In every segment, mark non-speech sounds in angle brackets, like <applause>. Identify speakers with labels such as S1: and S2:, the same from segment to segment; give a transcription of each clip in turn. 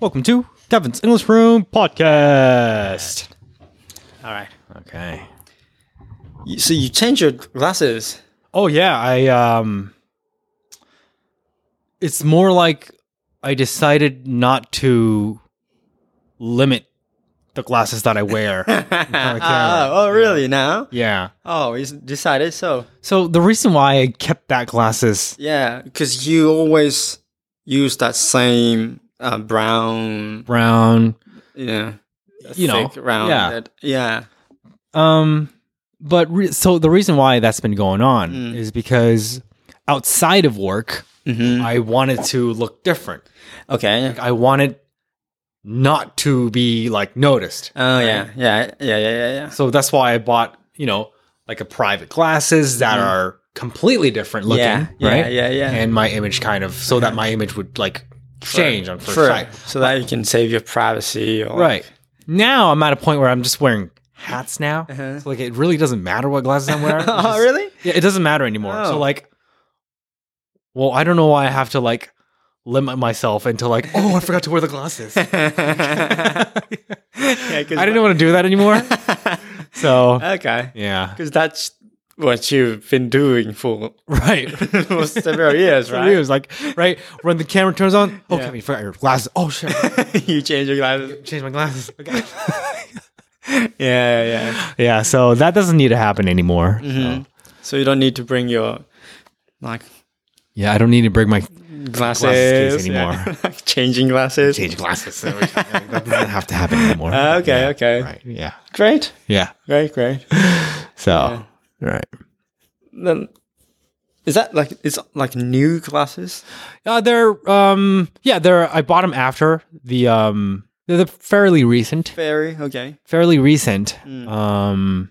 S1: Welcome to Devin's English Room Podcast.
S2: All right.
S1: Okay.
S2: You- So you change your glasses. <laughs>
S1: Oh yeah, I um it's more like I decided not to limit the glasses that I
S2: <laughs>
S1: wear.
S2: Ah, oh, really? Now?
S1: yeah.
S2: Oh, you s- decided so.
S1: So the reason why I kept that glasses
S2: Yeah, because you always use that same uh, brown,
S1: brown
S2: yeah,
S1: You know,
S2: thick round.
S1: yeah.
S2: that- yeah.
S1: Um, but re- so the reason why that's been going on
S2: Mm.
S1: is because outside of work,
S2: Mhm.
S1: I wanted to look different.
S2: Okay.
S1: Like, I wanted not to be like noticed.
S2: Oh yeah, yeah, yeah, yeah, yeah, yeah.
S1: So that's why I bought, you know, like a private glasses that
S2: Mhm.
S1: are completely different looking,
S2: yeah,
S1: right?
S2: Yeah, yeah, yeah.
S1: And my image kind of so that my image would like change on first
S2: Sure.
S1: sight.
S2: So that you can save your privacy. Or,
S1: Right. Now I'm at a point where I'm just wearing hats now.
S2: Uh-huh.
S1: So like it really doesn't matter what glasses I'm
S2: <laughs>
S1: wearing. It's
S2: oh,
S1: just-
S2: really?
S1: Yeah, it doesn't matter anymore. So
S2: Oh.
S1: like, well, I don't know why I have to like limit myself into like, oh, I forgot to wear the glasses. I
S2: 'cause
S1: didn't want to do that
S2: <laughs>
S1: anymore. So <laughs>
S2: okay.
S1: yeah,
S2: Because that's what you've been doing for <laughs>
S1: right.
S2: for several years,
S1: So It
S2: right?
S1: was like right when the camera turns on. Oh,
S2: Yeah.
S1: Kevin, you forgot your glasses. Oh shit,
S2: <laughs> you change your glasses.
S1: change my
S2: <laughs>
S1: glasses. Okay.
S2: Yeah, yeah.
S1: yeah, so that doesn't need to happen anymore.
S2: Mm-hmm.
S1: So,
S2: So you don't need to bring your like
S1: yeah, I don't need to bring my
S2: glasses,
S1: case
S2: yeah.
S1: anymore.
S2: <laughs> like changing glasses.
S1: change glasses. every time. Like,
S2: <laughs>
S1: that doesn't have to happen anymore.
S2: Ah, okay, okay.
S1: Right. Yeah.
S2: Great,
S1: Yeah.
S2: great, great.
S1: So right.
S2: Then is that like it's like new glasses?
S1: Uh, they're um yeah they're I bought them after the um they're the fairly recent
S2: Very okay.
S1: fairly recent
S2: Mm.
S1: um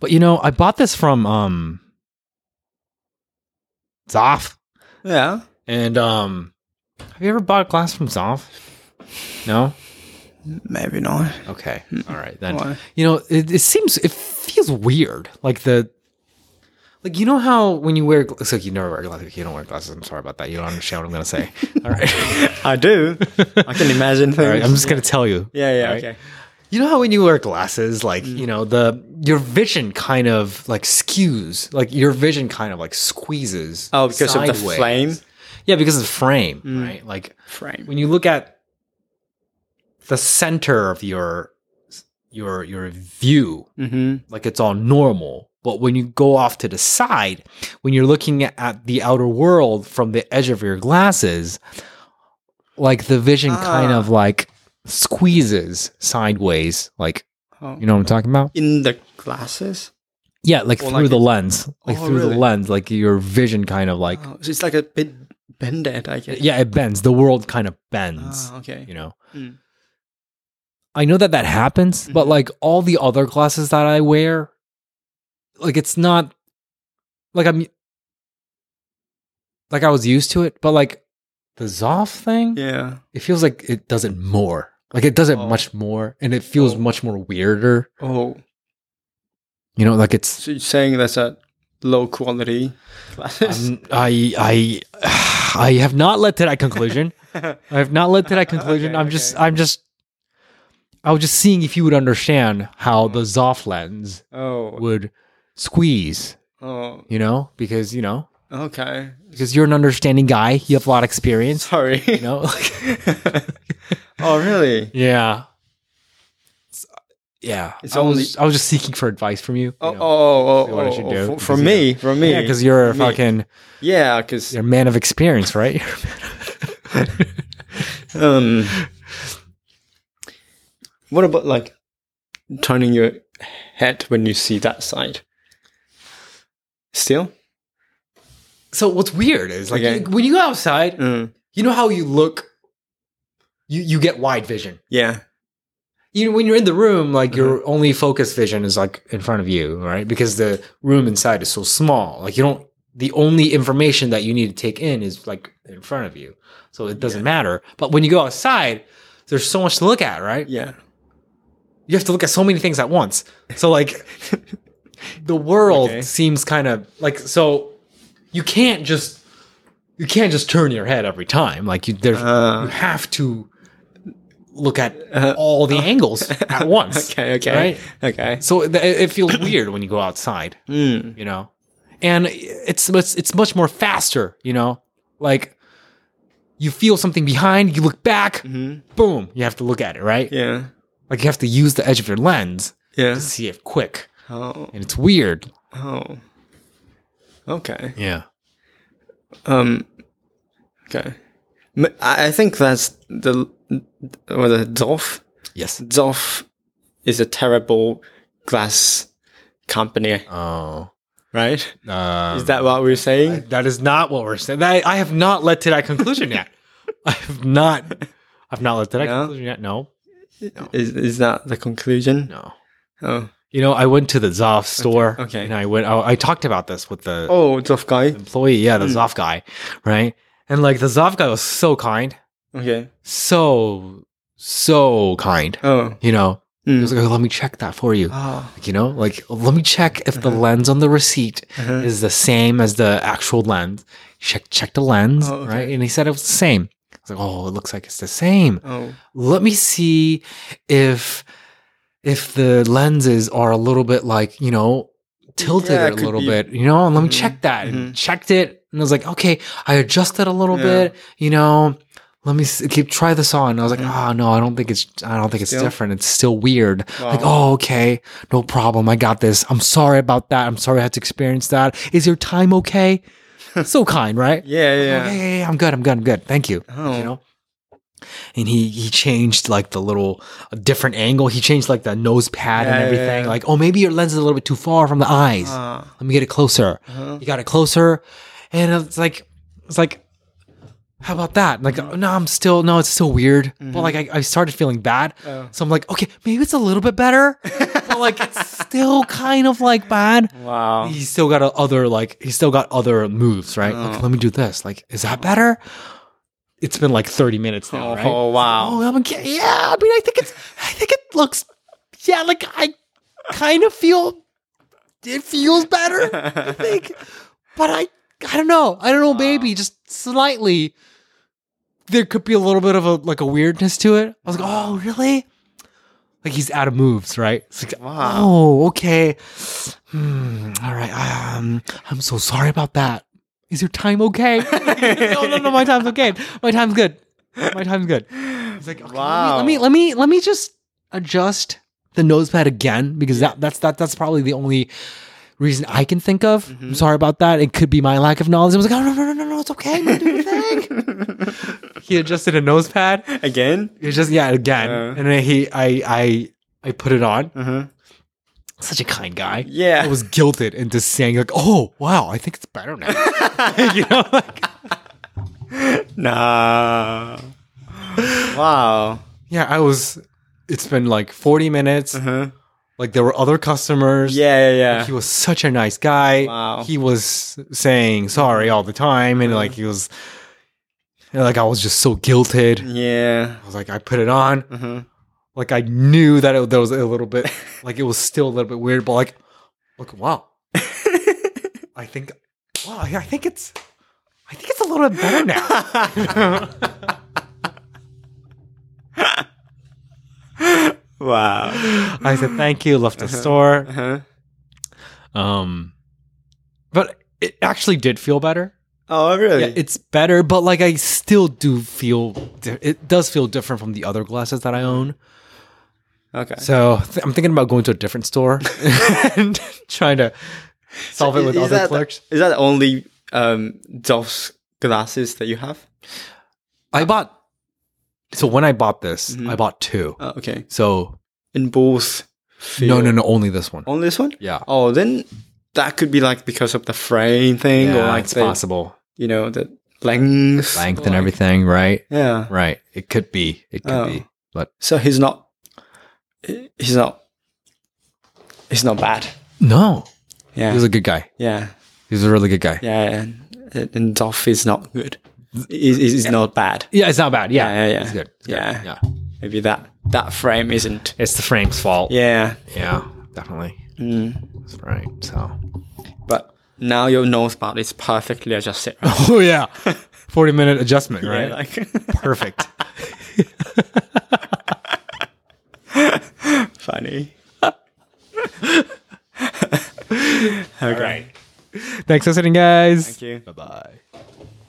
S1: but you know I bought this from um Zoff
S2: Yeah.
S1: and um have you ever bought glass from Zoff? No.
S2: Maybe not.
S1: Okay. All right then.
S2: Hmm. Why?
S1: You know it, it seems it feels weird like the. Like you know how when you wear gl- it's like you never wear glasses you don't wear glasses I'm sorry about that you don't understand what I'm gonna
S2: <laughs>
S1: say all right
S2: I do. I can imagine things.
S1: <laughs> All right, I'm just gonna tell you.
S2: yeah, yeah,
S1: All right?
S2: okay.
S1: You know how when you wear glasses, like
S2: Mm.
S1: you know the your vision kind of like skews, like your vision kind of like squeezes.
S2: Oh, because of the
S1: sideways.
S2: flame Mm.
S1: Yeah, because of the frame, right? Like
S2: frame.
S1: when you look at the center of your your your view,
S2: Mm-hmm.
S1: like it's all normal. But when you go off to the side, when you're looking at the outer world from the edge of your glasses, like the vision kind
S2: Ah.
S1: of like squeezes sideways. Like,
S2: Oh.
S1: you know what I'm talking about?
S2: In the glasses.
S1: Yeah, like
S2: Or
S1: through
S2: like
S1: the
S2: it-
S1: lens, like
S2: Oh,
S1: through the
S2: really?
S1: lens, like your vision kind of like,
S2: Oh, so it's like a bit bended, I guess.
S1: yeah, it bends. The world kind of bends,
S2: Ah, okay.
S1: you know?
S2: Mm.
S1: I know that that happens, but
S2: Mhm.
S1: like all the other glasses that I wear, like it's not like I'm like I was used to it, but like the Zoff thing,
S2: Yeah.
S1: it feels like it does it more. Like it does it
S2: Oh.
S1: much more and it feels
S2: Oh.
S1: much more weirder.
S2: Oh,
S1: You know, like it's
S2: so you're saying that's a low quality glasses?
S1: I'm- I I <sighs> I have not led to that conclusion. I have not led to that conclusion.
S2: Okay,
S1: I'm just
S2: okay.
S1: I'm just I was just seeing if you would understand how the Zoff lens
S2: <laughs> oh,
S1: would squeeze,
S2: oh,
S1: you know, because you know,
S2: okay.
S1: because you're an understanding guy, you have a lot of experience,
S2: Sorry.
S1: you know.
S2: <laughs>
S1: <laughs>
S2: oh, really?
S1: yeah. It's- yeah.
S2: It's
S1: I was
S2: only-
S1: I was just seeking for advice from you. you
S2: Oh, oh,
S1: know.
S2: oh,
S1: See
S2: oh,
S1: what I should
S2: oh,
S1: do?
S2: fr-
S1: Because,
S2: from
S1: you
S2: me, from me.
S1: yeah, because you're a
S2: Me.
S1: fucking
S2: yeah, because
S1: you're a man of experience, right?
S2: um, what about like turning your head when you see that side? Still?
S1: so what's weird is like
S2: Okay.
S1: you- when you go outside,
S2: Mm.
S1: you know how you look you you get wide vision
S2: Yeah.
S1: you know when you're in the room like your only focus vision is like in front of you right because the room inside is so small like you don't the only information that you need to take in is like in front of you so it doesn't matter but when you go outside there's so much to look at right
S2: Yeah.
S1: you have to look at so many things at once so like the world
S2: Okay.
S1: seems kind of like so you can't just you can't just turn your head every time. Like you, there's,
S2: Uh.
S1: you have to look at all the angles
S2: <laughs>
S1: at once.
S2: Okay, okay,
S1: Right?
S2: okay.
S1: So it, it
S2: <coughs>
S1: feels weird when you go outside,
S2: Mm.
S1: you know, and it's, it's it's much more faster, you know, like you feel something behind, you look back,
S2: Mhm.
S1: boom, you have to look at it, right?
S2: Yeah,
S1: Like you have to use the edge of your lens
S2: yeah.
S1: to see it quick,
S2: Oh,
S1: and it's weird.
S2: oh. Okay.
S1: Yeah.
S2: Um, okay. M- I I think that's the or the Zoff.
S1: Yes.
S2: Zoff is a terrible glass company,
S1: Oh.
S2: right?
S1: Um,
S2: Is that what we're saying?
S1: That is not what we're saying. That, I have not led to that conclusion
S2: <laughs>
S1: yet. I have not. I've not led to that
S2: No?
S1: conclusion yet. No,
S2: Is is that the conclusion?
S1: no.
S2: Oh,
S1: You know, I went to the Zoff store.
S2: okay.
S1: And I went. I, I talked about this with the
S2: oh, Mm. Zoff guy.
S1: employee. Yeah, the Zoff guy, right? And like the Zoff guy was so kind,
S2: Okay.
S1: so so kind.
S2: Oh.
S1: You know, he
S2: Mm.
S1: was like, "Oh, "Let me check that for you."
S2: Ah.
S1: Like, you know, like let me check if the lens on the receipt
S2: Uh-huh.
S1: is the same as the actual lens. Check check the lens,
S2: Oh, okay.
S1: right? And he said it was the same. I was like, oh, it looks like it's the same.
S2: Oh.
S1: Let me see if if the lenses are a little bit like you know tilted
S2: Yeah,
S1: a
S2: it could
S1: little
S2: be.
S1: bit, you know. And let me
S2: Mhm.
S1: check that. And
S2: Mhm.
S1: Checked it, and I was like, okay, I adjusted a little
S2: Yeah.
S1: bit, you know. Let me s- keep try this on. And I was like,
S2: Mhm.
S1: oh no, I don't think it's I don't think it's
S2: Still?
S1: different. It's still weird. Like,
S2: Wow.
S1: oh, okay, no problem. I got this. I'm sorry about that. I'm sorry I had to experience that. Is your time
S2: <laughs>
S1: okay? so kind, right?
S2: Yeah.
S1: Oh,
S2: Yeah.
S1: Yeah, yeah, yeah. I'm good. I'm good. I'm good. Thank you.
S2: Oh.
S1: You know. And he he changed like the little a different angle. He changed like the nose pad
S2: Yeah,
S1: and
S2: yeah,
S1: everything.
S2: yeah.
S1: Like, oh, maybe your lens is a little bit too far from the eyes.
S2: Ah.
S1: Let me get it closer.
S2: Uh-huh.
S1: You got it closer, and it's like it's like. How about that? Like,
S2: Mm-hmm.
S1: oh, no, I'm still no, it's still weird. But like, I, I started feeling bad,
S2: Oh.
S1: so I'm like, okay, maybe it's a little bit better, but like, it's
S2: <laughs>
S1: still kind of like bad
S2: Wow.
S1: he's still got a other like he's still got other moves, right?
S2: Oh.
S1: Like, let me do this. Like, is that better? It's been like thirty minutes now,
S2: Oh,
S1: right?
S2: wow.
S1: Oh, I'm, yeah. I mean, I think it's. I think it looks. Yeah, like I kind of feel. It feels better. <laughs>
S2: <laughs>
S1: I think, but I. I don't know. I don't know. Maybe just slightly. There could be a little bit of a like a weirdness to it. I was like, oh, really? Like he's out of moves, right? It's like,
S2: Wow.
S1: Oh, okay. Hmm, all right. Um, I'm so sorry about that. Is your time okay? <laughs> no, no, no. My time's okay. My time's good. My time's good. He's like, okay,
S2: Wow.
S1: let, me, let me let me let me just adjust the nose pad again because that that's that that's probably the only reason I can think of.
S2: Mm-hmm.
S1: I'm sorry about that. It could be my lack of knowledge. I was like, oh no no no no, no it's okay. I'm gonna do your thing.
S2: <laughs>
S1: he adjusted a nose pad.
S2: Again.
S1: It was just yeah again,
S2: Uh.
S1: and then he I I I put it on.
S2: Uh huh.
S1: Such a kind guy. I
S2: Yeah.
S1: was guilted into saying like, oh wow, I think it's better
S2: <laughs>
S1: now. <laughs> you know, like, <laughs>
S2: No. Wow.
S1: yeah, I was. It's been like 40 minutes.
S2: Uh-huh.
S1: Like there were other customers.
S2: Yeah, yeah, <laughs>
S1: He
S2: yeah.
S1: was such a nice guy.
S2: Wow.
S1: He was saying sorry all the time, and like he was, and, like I was just so guilted.
S2: Yeah.
S1: I was like, I put it on.
S2: Uh-huh.
S1: Like I knew that it, there was a little bit, like it was still a little bit weird, but like, look, wow. I think, wow, I think it's, I think it's a little bit better now.
S2: <laughs> Wow.
S1: I said thank you, left the store.
S2: Uh-huh.
S1: Um, but it actually did feel better.
S2: Oh, really?
S1: Yeah, it's better, but like I still do feel di- it does feel different from the other glasses that I own.
S2: okay.
S1: So th- I'm thinking about going to a different store <laughs> and trying to solve it with
S2: Is
S1: other
S2: that-
S1: clerks.
S2: Is that the only um Dolph's glasses that you have?
S1: I bought. So when I bought this,
S2: Mhm.
S1: I bought two.
S2: Oh, okay.
S1: So
S2: In both.
S1: no,
S2: field.
S1: no, no, only this one.
S2: On this one?
S1: Yeah,
S2: Oh, then that could be like because of the frame thing or
S1: yeah
S2: like
S1: it's
S2: the,
S1: possible.
S2: you know, the
S1: Length
S2: length. like-
S1: and everything, right?
S2: Yeah.
S1: Right. It could be. It could
S2: Oh.
S1: be.
S2: So he's not he- he's not he's not bad.
S1: No,
S2: Yeah.
S1: he was a good guy.
S2: yeah.
S1: He was a really good guy.
S2: Yeah, and, and Dolph is not good. Is is not bad.
S1: Yeah, it's not bad. Yeah,
S2: Yeah, yeah, yeah.
S1: It's good. It's good.
S2: Yeah.
S1: yeah.
S2: Maybe that that frame isn't.
S1: It's the frame's fault.
S2: Yeah,
S1: Yeah, definitely.
S2: Mm.
S1: That's right. So. <laughs>
S2: but now your nose part is perfectly adjusted.
S1: <laughs>
S2: right?
S1: Oh yeah. 40 minute adjustment, right?
S2: Yeah, like
S1: <laughs>
S2: <laughs>
S1: Perfect.
S2: funny. <laughs>
S1: All <laughs> right. Thanks for listening, guys.
S2: Thank you.
S1: Bye bye.